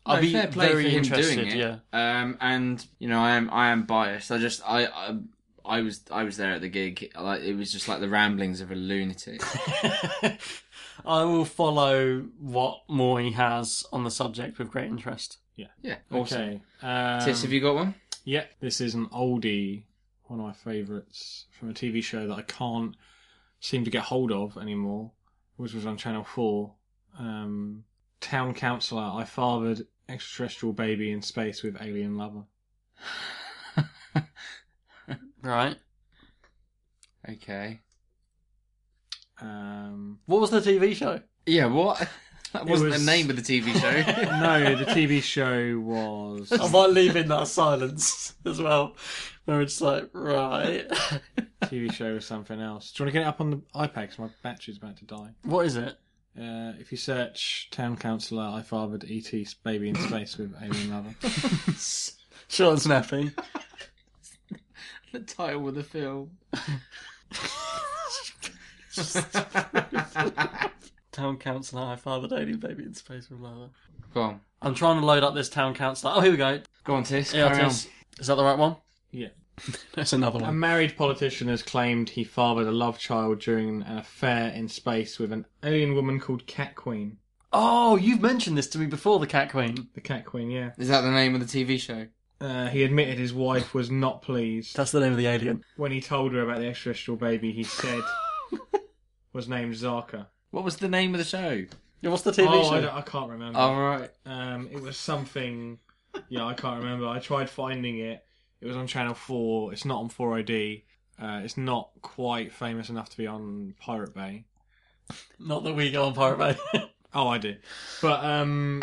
[SPEAKER 1] No,
[SPEAKER 2] I'd be
[SPEAKER 1] fair play
[SPEAKER 2] very
[SPEAKER 1] for him
[SPEAKER 2] interested.
[SPEAKER 1] doing it.
[SPEAKER 2] Yeah.
[SPEAKER 1] Um, and you know, I am I am biased. I just I, I I was I was there at the gig. Like it was just like the ramblings of a lunatic.
[SPEAKER 2] I will follow what more he has on the subject with great interest.
[SPEAKER 1] Yeah. Awesome.
[SPEAKER 3] Okay.
[SPEAKER 2] uh,
[SPEAKER 3] Um,
[SPEAKER 1] Tis, have you got one?
[SPEAKER 3] Yeah, this is an oldie, one of my favourites from a TV show that I can't seem to get hold of anymore, which was on Channel 4. Um, Town Councillor, I fathered extraterrestrial baby in space with alien lover.
[SPEAKER 2] Right.
[SPEAKER 1] Okay.
[SPEAKER 3] Um,
[SPEAKER 2] What was the TV show?
[SPEAKER 1] Yeah, what? That wasn't
[SPEAKER 3] was-
[SPEAKER 1] the name of the TV show.
[SPEAKER 3] no, the TV show was.
[SPEAKER 2] I might leave in that silence as well, where it's like, right.
[SPEAKER 3] TV show was something else. Do you want to get it up on the iPad? 'Cause my battery's about to die.
[SPEAKER 2] what is it?
[SPEAKER 3] Uh, if you search town councillor, I fathered ET's baby in space with alien mother.
[SPEAKER 2] Short and snappy.
[SPEAKER 1] The title of the film.
[SPEAKER 2] town councillor, I fathered alien baby in space with mother.
[SPEAKER 1] Go on.
[SPEAKER 2] I'm trying to load up this town councillor. Oh, here we go.
[SPEAKER 1] Go on, Tis.
[SPEAKER 2] Yeah,
[SPEAKER 1] Carry on.
[SPEAKER 2] Tis. Is that the right one?
[SPEAKER 3] yeah.
[SPEAKER 2] That's another
[SPEAKER 3] A
[SPEAKER 2] one.
[SPEAKER 3] married politician has claimed he fathered a love child during an affair in space with an alien woman called Cat Queen.
[SPEAKER 2] oh, you've mentioned this to me before, the Cat Queen.
[SPEAKER 3] The Cat Queen, yeah.
[SPEAKER 1] Is that the name of the TV show?
[SPEAKER 3] Uh, he admitted his wife was not pleased
[SPEAKER 2] That's the name of the alien.
[SPEAKER 3] when he told her about the extraterrestrial baby he said was named Zarka.
[SPEAKER 1] What was the name of the show?
[SPEAKER 2] Yeah, What's the TV
[SPEAKER 3] oh, I,
[SPEAKER 2] show?
[SPEAKER 3] don't- I can't remember.
[SPEAKER 1] All right.
[SPEAKER 3] Um, it was something. Yeah, I can't remember. I tried finding it. It was on Channel Four. It's not on Four ID. Uh, it's not quite famous enough to be on Pirate Bay.
[SPEAKER 2] Not that we go on Pirate Bay.
[SPEAKER 3] Oh, I do. But um,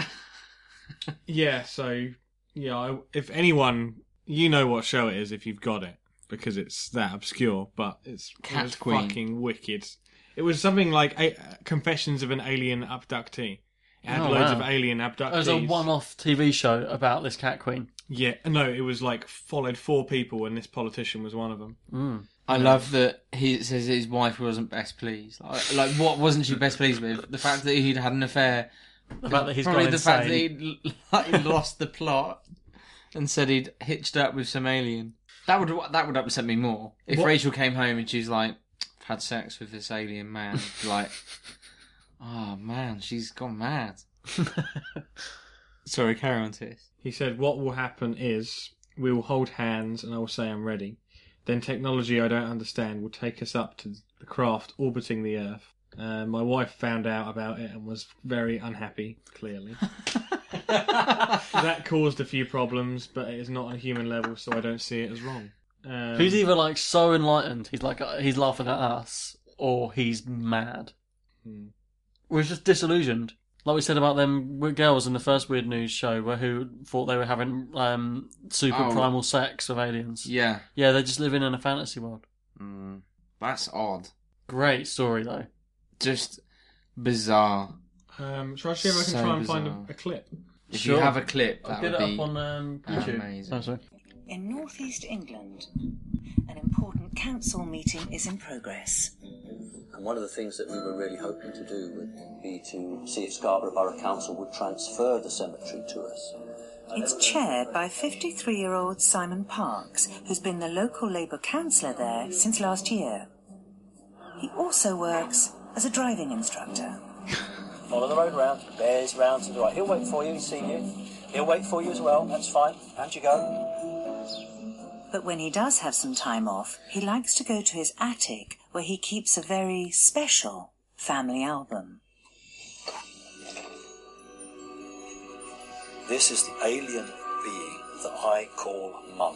[SPEAKER 3] yeah. So yeah, I, if anyone, you know what show it is if you've got it because it's that obscure. But it's it
[SPEAKER 1] Cat
[SPEAKER 3] was
[SPEAKER 1] Queen.
[SPEAKER 3] fucking wicked. It was something like a- uh, Confessions of an Alien Abductee. It had
[SPEAKER 2] Oh,
[SPEAKER 3] loads
[SPEAKER 2] wow.
[SPEAKER 3] of alien
[SPEAKER 2] It
[SPEAKER 3] abductees.
[SPEAKER 2] was a one-off TV show about this cat queen.
[SPEAKER 3] Yeah, no, it was like followed four people, and this politician was one of them.
[SPEAKER 2] Hmm.
[SPEAKER 1] I love that he says his wife wasn't best pleased. Like, like, what wasn't she best pleased with? The fact that he'd had an affair.
[SPEAKER 2] The fact that he's
[SPEAKER 1] Probably
[SPEAKER 2] gone
[SPEAKER 1] the
[SPEAKER 2] insane.
[SPEAKER 1] fact that he'd, l- he'd lost the plot and said he'd hitched up with some alien. That would that would upset me more if Rachel came home and she's like, "I've had sex with this alien man." like, oh man, she's gone mad. Sorry, carry on, Tis.
[SPEAKER 3] He said, What will happen is we will hold hands, and I will say I'm ready. Then technology I don't understand will take us up to the craft orbiting the Earth. Uh, my wife found out about it and was very unhappy, clearly. that caused a few problems, but it is not on a human level, so I don't see it as wrong. Um,
[SPEAKER 2] Who's either like so enlightened, he's like uh, he's laughing at us, or he's mad. We're just disillusioned, like we said about them w- girls in the first weird news show, where who thought they were having um, super
[SPEAKER 1] Oh.
[SPEAKER 2] primal sex with aliens.
[SPEAKER 1] Yeah,
[SPEAKER 2] Yeah, they're just living in a fantasy world.
[SPEAKER 1] "Hmm, that's odd.
[SPEAKER 2] Great story though.
[SPEAKER 1] Just bizarre.
[SPEAKER 3] Um, shall I see if I can
[SPEAKER 1] So
[SPEAKER 3] try and find
[SPEAKER 1] bizarre.
[SPEAKER 3] a, a clip?
[SPEAKER 1] If
[SPEAKER 2] Sure.
[SPEAKER 1] you have a clip, that
[SPEAKER 2] I'll get
[SPEAKER 1] would
[SPEAKER 2] it
[SPEAKER 1] be
[SPEAKER 2] up on um, YouTube.
[SPEAKER 1] amazing.
[SPEAKER 2] Oh, sorry.
[SPEAKER 8] In northeast England, an important council meeting is in progress.
[SPEAKER 9] And one of the things that we were really hoping to do would be to see if Scarborough Borough Council would transfer the cemetery to us.
[SPEAKER 8] It's chaired by 53 year old Simon Parks, who's been the local Labour councillor there since last year. He also works as a driving instructor.
[SPEAKER 9] Follow the road round, bears round to the right. He'll wait for you, he's seen you. He'll wait for you as well, that's fine. And you go.
[SPEAKER 8] But when he does have some time off, he likes to go to his attic where he keeps a very special family album.
[SPEAKER 9] This is the alien being that I call Mum.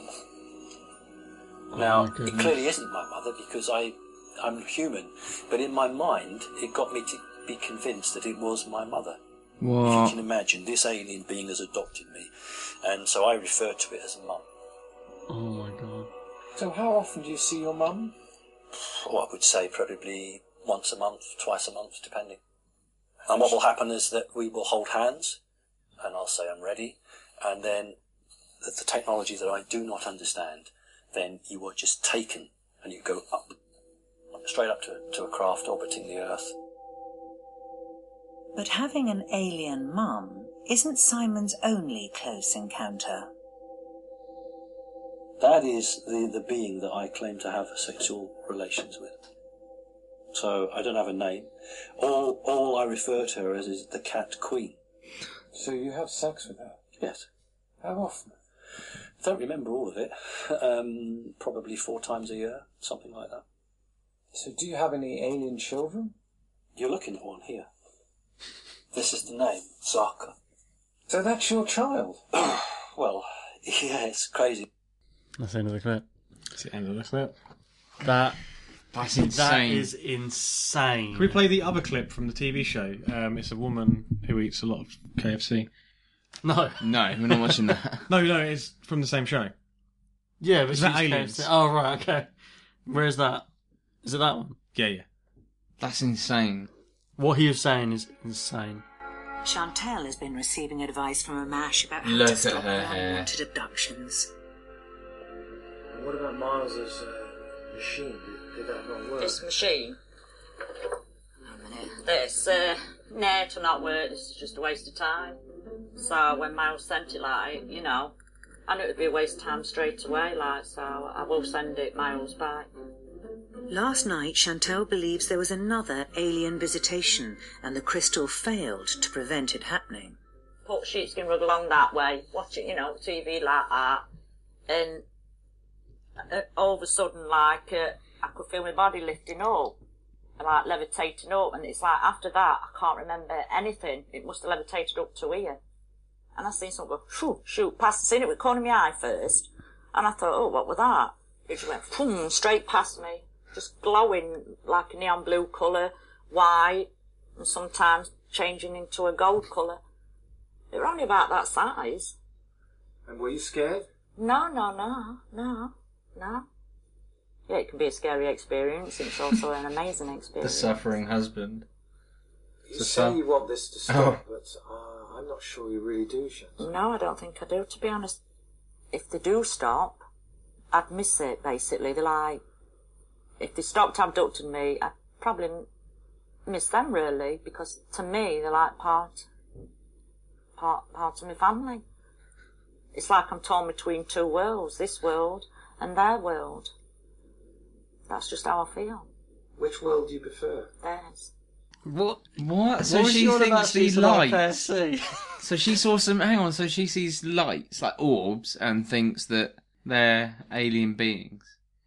[SPEAKER 9] Now,
[SPEAKER 2] Mm-hmm.
[SPEAKER 9] it clearly isn't my mother because I, I'm human, but in my mind, it got me to be convinced that it was my mother. If you can imagine, this alien being has adopted me, and so I refer to it as Mum.
[SPEAKER 2] Oh my god.
[SPEAKER 9] So, how often do you see your mum? Well, I would say probably once a month, twice a month, depending. And what will happen is that we will hold hands, and I'll say I'm ready, and then the, the technology that I do not understand, then you are just taken and you go up, straight up to, to a craft orbiting the Earth.
[SPEAKER 8] But having an alien mum isn't Simon's only close encounter.
[SPEAKER 9] That is the, the being that I claim to have sexual relations with. So I don't have a name. All all I refer to her as is the cat queen. So you have sex with her? Yes. How often? Don't remember all of it. Um, probably four times a year, something like that. So do you have any alien children? You're looking at one here. This is the name, Zarka. So that's your child? well, yeah, it's crazy.
[SPEAKER 2] That's the end of the clip.
[SPEAKER 3] It's the end of the clip.
[SPEAKER 2] That
[SPEAKER 1] That's
[SPEAKER 2] that
[SPEAKER 1] insane.
[SPEAKER 2] is insane.
[SPEAKER 3] Can we play the other clip from the TV show? Um, it's a woman who eats a lot of KFC.
[SPEAKER 2] No.
[SPEAKER 1] No, we're not watching that.
[SPEAKER 3] No, no, it's from the same show.
[SPEAKER 2] Yeah, but
[SPEAKER 3] Is
[SPEAKER 2] she's
[SPEAKER 3] that
[SPEAKER 2] aliens.
[SPEAKER 3] aliens?
[SPEAKER 2] Oh right, okay. Where is that? Is it that one?
[SPEAKER 3] Yeah, yeah.
[SPEAKER 1] That's insane.
[SPEAKER 2] What he was saying is insane.
[SPEAKER 8] Chantel has been receiving advice from Amash about how
[SPEAKER 2] Look
[SPEAKER 8] to
[SPEAKER 2] at
[SPEAKER 8] stop
[SPEAKER 2] her hair.
[SPEAKER 8] unwanted abductions.
[SPEAKER 9] What about Miles's uh, machine? Did, did that not work?
[SPEAKER 10] This machine. This, uh, nah, to not work. This is just a waste of time. So when Miles sent it, like, you know, I knew it would be a waste of time straight away, like, so I will send it Miles back.
[SPEAKER 8] Last night, Chantel believes there was another alien visitation, and the crystal failed to prevent it happening.
[SPEAKER 10] Put sheepskin rug along that way, watch it, you know, TV like that. And uh, all of a sudden, like, uh, I could feel my body lifting up. and Like levitating up, and it's like after that, I can't remember anything. It must have levitated up to here. And I seen something go, phew, shoot, past, seen it with the corner of my eye first. And I thought, oh, what was that? It just went phoom, straight past me, just glowing like a neon blue colour, white, and sometimes changing into a gold colour. They were only about that size.
[SPEAKER 9] And were you scared?
[SPEAKER 10] No, no, no, no, no. Yeah, it can be a scary experience. It's also an amazing
[SPEAKER 1] The
[SPEAKER 10] experience.
[SPEAKER 1] suffering husband.
[SPEAKER 9] You
[SPEAKER 1] So
[SPEAKER 9] say
[SPEAKER 1] some-
[SPEAKER 9] you want this to stop, but uh, I'm not sure you really do, Shan.
[SPEAKER 10] No, I don't think I do. To be honest, if they do stop, I'd miss it. Basically, they're like, if they stopped abducting me, I'd probably m- miss them really, because to me they're like part, part, part of my family. It's like I'm torn between two worlds: this world and their world. That's just how I feel.
[SPEAKER 9] Which world do you prefer?
[SPEAKER 10] Theirs.
[SPEAKER 2] What?
[SPEAKER 1] What? So
[SPEAKER 2] was
[SPEAKER 1] she
[SPEAKER 2] she on about
[SPEAKER 1] thinks these
[SPEAKER 2] she's not
[SPEAKER 1] lights.
[SPEAKER 2] PSC?
[SPEAKER 1] So she saw some. Hang on. So she sees lights like orbs and thinks that they're alien beings,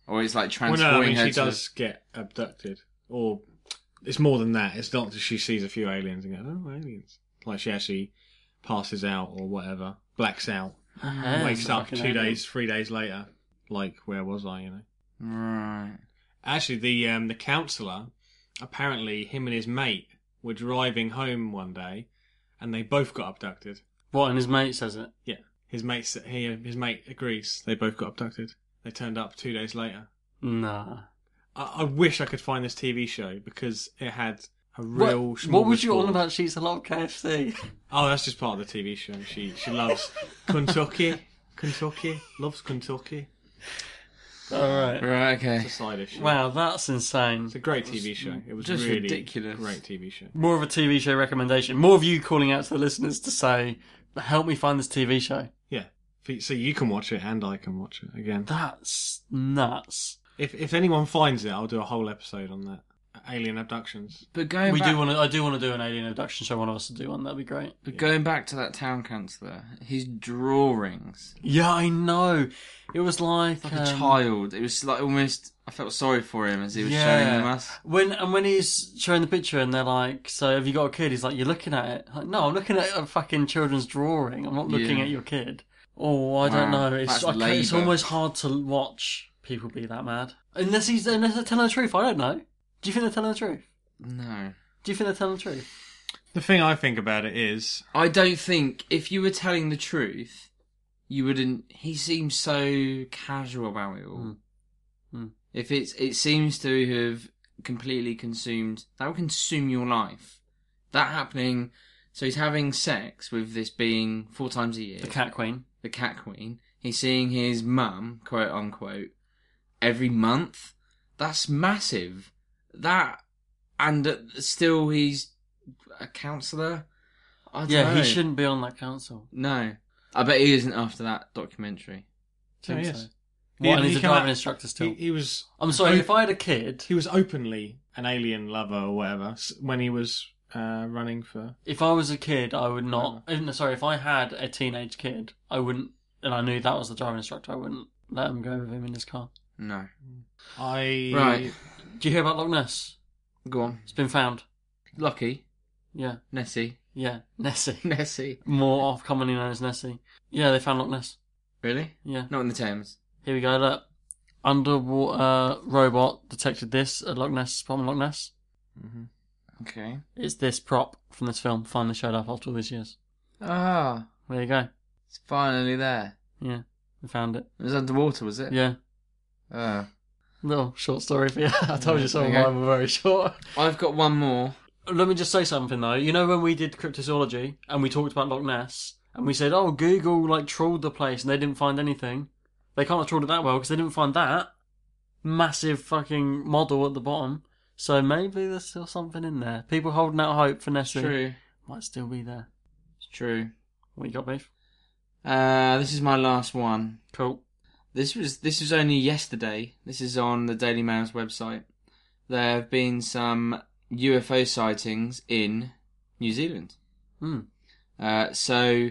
[SPEAKER 1] or it's like
[SPEAKER 3] Well,
[SPEAKER 1] transporting
[SPEAKER 3] no, I mean,
[SPEAKER 1] her
[SPEAKER 3] she
[SPEAKER 1] to the-
[SPEAKER 3] does get abducted. Or it's more than that. It's not that she sees a few aliens and goes, oh, aliens. Like she actually passes out or whatever, blacks out,
[SPEAKER 1] Ah,
[SPEAKER 3] wakes
[SPEAKER 1] it's
[SPEAKER 3] up
[SPEAKER 1] fucking
[SPEAKER 3] two
[SPEAKER 1] alien.
[SPEAKER 3] days, three days later. Like, where was I, you know?
[SPEAKER 1] Right.
[SPEAKER 3] Actually, the um, the counsellor, apparently, him and his mate were driving home one day, and they both got abducted.
[SPEAKER 2] What? And his mate says it.
[SPEAKER 3] Yeah, his mate sa- he his mate agrees. They both got abducted. They turned up two days later.
[SPEAKER 2] Nah.
[SPEAKER 3] I, I wish I could find this TV show because it had a
[SPEAKER 2] What-
[SPEAKER 3] real.
[SPEAKER 2] What, was you on
[SPEAKER 3] smorgasbord.
[SPEAKER 2] about? She's a lot of KFC.
[SPEAKER 3] Oh, that's just part of the TV show. She she loves Kentucky. Kentucky loves Kentucky.
[SPEAKER 2] All right.
[SPEAKER 1] Right. Okay.
[SPEAKER 3] It's a side issue.
[SPEAKER 2] Wow, that's insane. It's
[SPEAKER 3] a great TV show. It was
[SPEAKER 1] Just
[SPEAKER 3] really
[SPEAKER 1] ridiculous.
[SPEAKER 3] Great TV show.
[SPEAKER 2] More of a TV show recommendation. More of you calling out to the listeners to say, "Help me find this TV show."
[SPEAKER 3] Yeah. F- So you can watch it and I can watch it again.
[SPEAKER 2] That's nuts.
[SPEAKER 3] If if anyone finds it, I'll do a whole episode on that. Alien abductions.
[SPEAKER 1] But going
[SPEAKER 2] we
[SPEAKER 1] back,
[SPEAKER 2] do want to. I do want to do an alien abduction show. One of us to do one. That'd be great.
[SPEAKER 1] but going back to that town councillor, his drawings
[SPEAKER 2] Yeah, I know. It was like,
[SPEAKER 1] like a
[SPEAKER 2] um,
[SPEAKER 1] child. It was like almost. I felt sorry for him as he was showing them us.
[SPEAKER 2] When and when he's showing the picture and they're like, "So have you got a kid?" He's like, "You're looking at it." Like, no, I'm looking at a uh, fucking children's drawing. I'm not looking
[SPEAKER 1] Yeah.
[SPEAKER 2] at your kid. Oh, I don't
[SPEAKER 1] Wow,
[SPEAKER 2] know. It's
[SPEAKER 1] that's
[SPEAKER 2] I can't- it's
[SPEAKER 1] labour.
[SPEAKER 2] almost hard to watch people be that mad unless he's unless they're telling the truth. I don't know. Do you think they're telling the truth?
[SPEAKER 1] No.
[SPEAKER 2] Do you think they're telling the truth?
[SPEAKER 3] The thing I think about it is
[SPEAKER 1] I don't think if you were telling the truth, you wouldn't. He seems so casual about it all.
[SPEAKER 2] Hmm. Mm.
[SPEAKER 1] If it's, it seems to have completely consumed. That will consume your life. That happening. So he's having sex with this being four times a year.
[SPEAKER 2] The cat queen.
[SPEAKER 1] the cat queen. He's seeing his mum, quote unquote, every month. That's massive. That and uh, still he's a counsellor. I don't
[SPEAKER 2] Yeah,
[SPEAKER 1] know.
[SPEAKER 2] he shouldn't be on that council.
[SPEAKER 1] No, I bet he isn't after that documentary.
[SPEAKER 3] No, Oh,
[SPEAKER 2] Think
[SPEAKER 3] he
[SPEAKER 2] so.
[SPEAKER 3] is.
[SPEAKER 2] What, and he's a
[SPEAKER 3] came out-
[SPEAKER 2] diving instructor still?
[SPEAKER 3] He, he was.
[SPEAKER 2] I'm sorry.
[SPEAKER 3] he-
[SPEAKER 2] If I had a kid,
[SPEAKER 3] Oh, he was openly an alien lover or whatever s- when he was uh, running for.
[SPEAKER 2] If I was a kid, I would not. eh, no, Sorry, if I had a teenage kid, I wouldn't. And I knew that was the driving instructor. I wouldn't let him go with him in his car.
[SPEAKER 1] No,
[SPEAKER 2] Mm.
[SPEAKER 3] I
[SPEAKER 1] Right.
[SPEAKER 2] Do you hear about Loch Ness?
[SPEAKER 1] go on.
[SPEAKER 2] It's been found.
[SPEAKER 1] Lucky
[SPEAKER 2] Yeah,
[SPEAKER 1] Nessie,
[SPEAKER 2] yeah. Nessie,
[SPEAKER 1] Nessie.
[SPEAKER 2] more of commonly known as Nessie. Yeah, they found Loch Ness.
[SPEAKER 1] Really?
[SPEAKER 2] Yeah.
[SPEAKER 1] Not in the Thames.
[SPEAKER 2] Here we go. Look, underwater robot detected this at Loch Ness from Loch Ness. Mm-hmm.
[SPEAKER 1] Okay.
[SPEAKER 2] It's this prop from this film finally showed up after all these years.
[SPEAKER 1] Ah,
[SPEAKER 2] There you go.
[SPEAKER 1] it's finally there.
[SPEAKER 2] Yeah, we found it.
[SPEAKER 1] It was underwater, was it?
[SPEAKER 2] Yeah.
[SPEAKER 1] Ah.
[SPEAKER 2] Little short story for you. I told you some of
[SPEAKER 1] Okay.
[SPEAKER 2] mine were very short.
[SPEAKER 1] I've got one more.
[SPEAKER 2] Let me just say something though. You know when we did cryptozoology and we talked about Loch Ness and we said, "Oh, Google like trawled the place and they didn't find anything. They can't have trawled it that well because they didn't find that massive fucking model at the bottom." So maybe there's still something in there. People holding out hope for Nessie
[SPEAKER 1] True.
[SPEAKER 2] might still be there.
[SPEAKER 1] It's true.
[SPEAKER 2] What you got, beef?
[SPEAKER 1] Uh, this is my last one.
[SPEAKER 2] Cool.
[SPEAKER 1] This was this was only yesterday. This is on the Daily Mail's website. There have been some UFO sightings in New Zealand.
[SPEAKER 2] Hmm.
[SPEAKER 1] Uh, so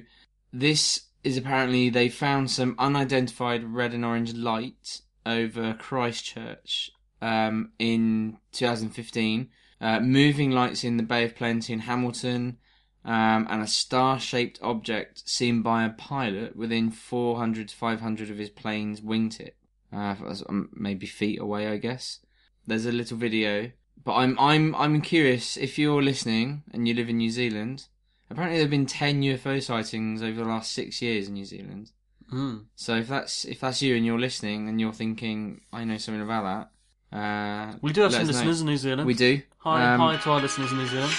[SPEAKER 1] this is apparently they found some unidentified red and orange light over Christchurch um, in 2015. Uh, moving lights in the Bay of Plenty in Hamilton, um, and a star-shaped object seen by a pilot within 400 to 500 of his plane's wingtip. Uh, that was, um, maybe feet away, I guess. There's a little video, but I'm I'm I'm curious if you're listening and you live in New Zealand. Apparently, there have been 10 UFO sightings over the last six years in New Zealand.
[SPEAKER 2] Hmm.
[SPEAKER 1] So if that's if that's you and you're listening and you're thinking I know something about that, uh,
[SPEAKER 2] We do have
[SPEAKER 1] let
[SPEAKER 2] some
[SPEAKER 1] us know.
[SPEAKER 2] listeners in New Zealand.
[SPEAKER 1] We do.
[SPEAKER 2] Hi,
[SPEAKER 1] Um,
[SPEAKER 2] hi to our listeners in New Zealand.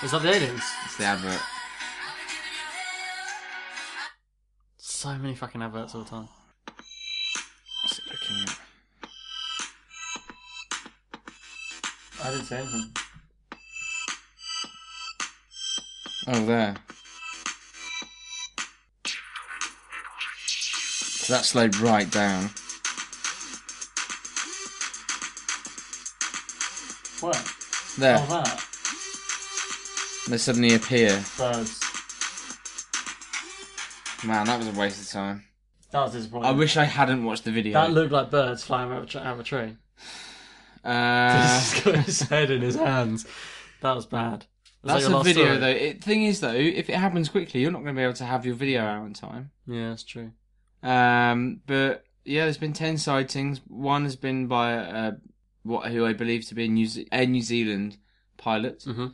[SPEAKER 2] Is that the aliens?
[SPEAKER 1] It's the advert.
[SPEAKER 2] So many fucking adverts all the time.
[SPEAKER 1] What's it looking at?
[SPEAKER 2] I didn't say anything.
[SPEAKER 1] Oh, there. So that slowed right down.
[SPEAKER 2] What?
[SPEAKER 1] There.
[SPEAKER 2] Oh, that.
[SPEAKER 1] They suddenly appear.
[SPEAKER 2] Birds.
[SPEAKER 1] Man, that was a waste of time.
[SPEAKER 2] That was disappointing.
[SPEAKER 1] I wish I hadn't watched the video.
[SPEAKER 2] That looked like birds flying out of a tr- out of a tree.
[SPEAKER 1] Uh,
[SPEAKER 2] He's got his head in his hands. That was bad. Was that
[SPEAKER 1] that's
[SPEAKER 2] your
[SPEAKER 1] a
[SPEAKER 2] last
[SPEAKER 1] video
[SPEAKER 2] story?
[SPEAKER 1] though. It, thing is though, if it happens quickly, you're not going to be able to have your video out in time.
[SPEAKER 2] Yeah, that's true.
[SPEAKER 1] Um, but yeah, there's been ten sightings. One has been by uh, what who I believe to be a New, Ze- Air New Zealand pilot.
[SPEAKER 2] Mhm.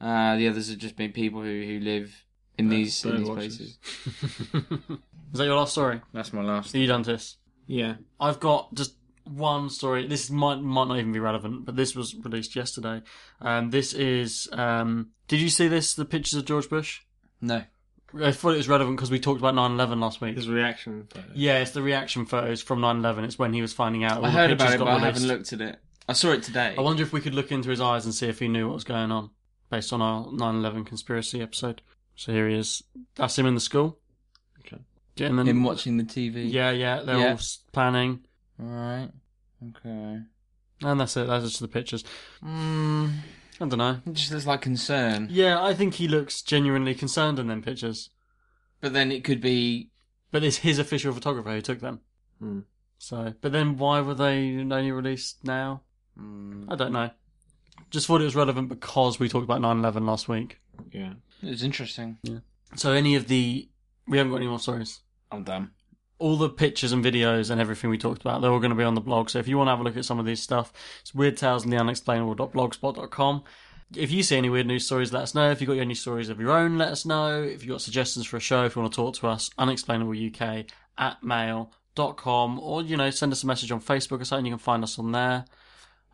[SPEAKER 1] Uh, the others have just been people who, who live in these
[SPEAKER 3] bird
[SPEAKER 1] in these
[SPEAKER 3] watchers.
[SPEAKER 1] places.
[SPEAKER 2] Is that your last story?
[SPEAKER 1] That's my last.
[SPEAKER 2] Are you done, Tis?
[SPEAKER 3] Yeah.
[SPEAKER 2] I've got just one story. This might might not even be relevant, but this was released yesterday. Um, this is. Um, did you see this? The pictures of George Bush.
[SPEAKER 1] No.
[SPEAKER 2] I thought it was relevant because we talked about 9/11 last week.
[SPEAKER 3] His reaction. photo.
[SPEAKER 2] Yeah, it's the reaction photos from 9/11. It's when he was finding out. all
[SPEAKER 1] I
[SPEAKER 2] the
[SPEAKER 1] heard
[SPEAKER 2] pictures
[SPEAKER 1] about it,
[SPEAKER 2] got
[SPEAKER 1] but I
[SPEAKER 2] released.
[SPEAKER 1] haven't looked at it. I saw it today.
[SPEAKER 2] I wonder if we could look into his eyes and see if he knew what was going on, based on our 9/11 conspiracy episode. So here he is. That's him in the school.
[SPEAKER 3] Okay.
[SPEAKER 2] Getting the,
[SPEAKER 1] Him watching the TV.
[SPEAKER 2] Yeah, yeah. They're
[SPEAKER 1] Yeah.
[SPEAKER 2] all s- planning,
[SPEAKER 1] All right. Okay.
[SPEAKER 2] and that's it. Those are just the pictures.
[SPEAKER 1] Mm,
[SPEAKER 2] I don't know.
[SPEAKER 1] it just looks like concern.
[SPEAKER 2] Yeah, I think he looks genuinely concerned in them pictures.
[SPEAKER 1] But then it could be.
[SPEAKER 2] But it's his official photographer who took them.
[SPEAKER 3] Hmm.
[SPEAKER 2] So, but then why were they only released now?
[SPEAKER 1] Mm,
[SPEAKER 2] I don't know. Just thought it was relevant because we talked about 9/11 last week.
[SPEAKER 3] Yeah.
[SPEAKER 1] it's interesting.
[SPEAKER 2] So any of the we haven't got any more stories.
[SPEAKER 1] I'm done.
[SPEAKER 2] All the pictures and videos and everything we talked about, they're all going to be on the blog. So if you want to have a look at some of these stuff, it's weird tales and the unexplainable.blogspot.com. If you see any weird news stories, let us know. If you've got any stories of your own, let us know. If you've got suggestions for a show, if you want to talk to us, unexplainableuk at mail.com or, you know, send us a message on Facebook or something. You can find us on there.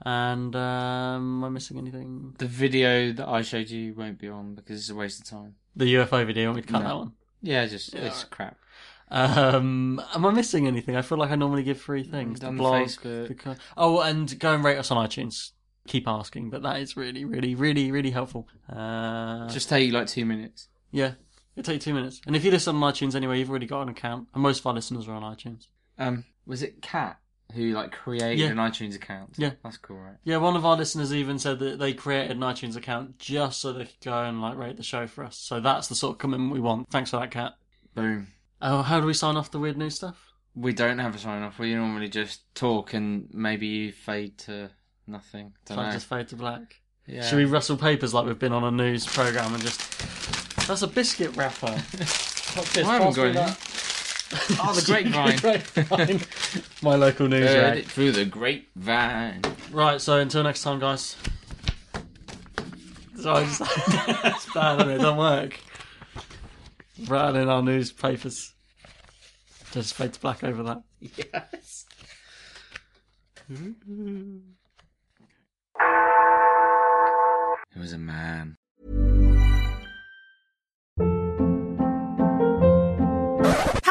[SPEAKER 2] And um, am I missing anything?
[SPEAKER 1] The video that I showed you won't be on because it's a waste of time.
[SPEAKER 2] The UFO video, want me to cut
[SPEAKER 1] No.
[SPEAKER 2] that one?
[SPEAKER 1] Yeah, it's just
[SPEAKER 2] Yeah,
[SPEAKER 1] it's
[SPEAKER 2] alright.
[SPEAKER 1] crap.
[SPEAKER 2] Um, am I missing anything? I feel like I normally give three things: the
[SPEAKER 1] done Mm, the
[SPEAKER 2] blog,
[SPEAKER 1] Facebook.
[SPEAKER 2] the co- oh, and go and rate us on iTunes. Keep asking, but that is really, really, really, really helpful. Uh,
[SPEAKER 1] Just take like two minutes.
[SPEAKER 2] yeah, it take two minutes. And if you listen on iTunes anyway, you've already got an account, and most of our listeners are on iTunes.
[SPEAKER 1] Um, was it Kat who like created
[SPEAKER 2] Yeah.
[SPEAKER 1] an iTunes account?
[SPEAKER 2] Yeah.
[SPEAKER 1] that's cool, right?
[SPEAKER 2] Yeah, one of our listeners even said that they created an iTunes account just so they could go and like rate the show for us. So that's the sort of commitment we want. Thanks for that, Kat.
[SPEAKER 1] Boom.
[SPEAKER 2] Oh, how do we sign off the weird news stuff?
[SPEAKER 1] We don't have a sign off. We normally just talk and maybe you fade to nothing. Don't
[SPEAKER 2] Like
[SPEAKER 1] know.
[SPEAKER 2] just fade to black.
[SPEAKER 1] Yeah.
[SPEAKER 2] Should we rustle papers like we've been on a news program and just? That's a biscuit wrapper. What's this?
[SPEAKER 1] I haven't
[SPEAKER 2] Pass me
[SPEAKER 1] got
[SPEAKER 2] that.
[SPEAKER 1] Oh, the grapevine.
[SPEAKER 2] grapevine. My local news
[SPEAKER 1] Heard
[SPEAKER 2] rag.
[SPEAKER 1] it through the grapevine.
[SPEAKER 2] Right. So until next time, guys. Sorry, just... it's bad. isn't It It doesn't work. Rattling our newspapers. Just fade to black over that.
[SPEAKER 1] Yes. It was a man.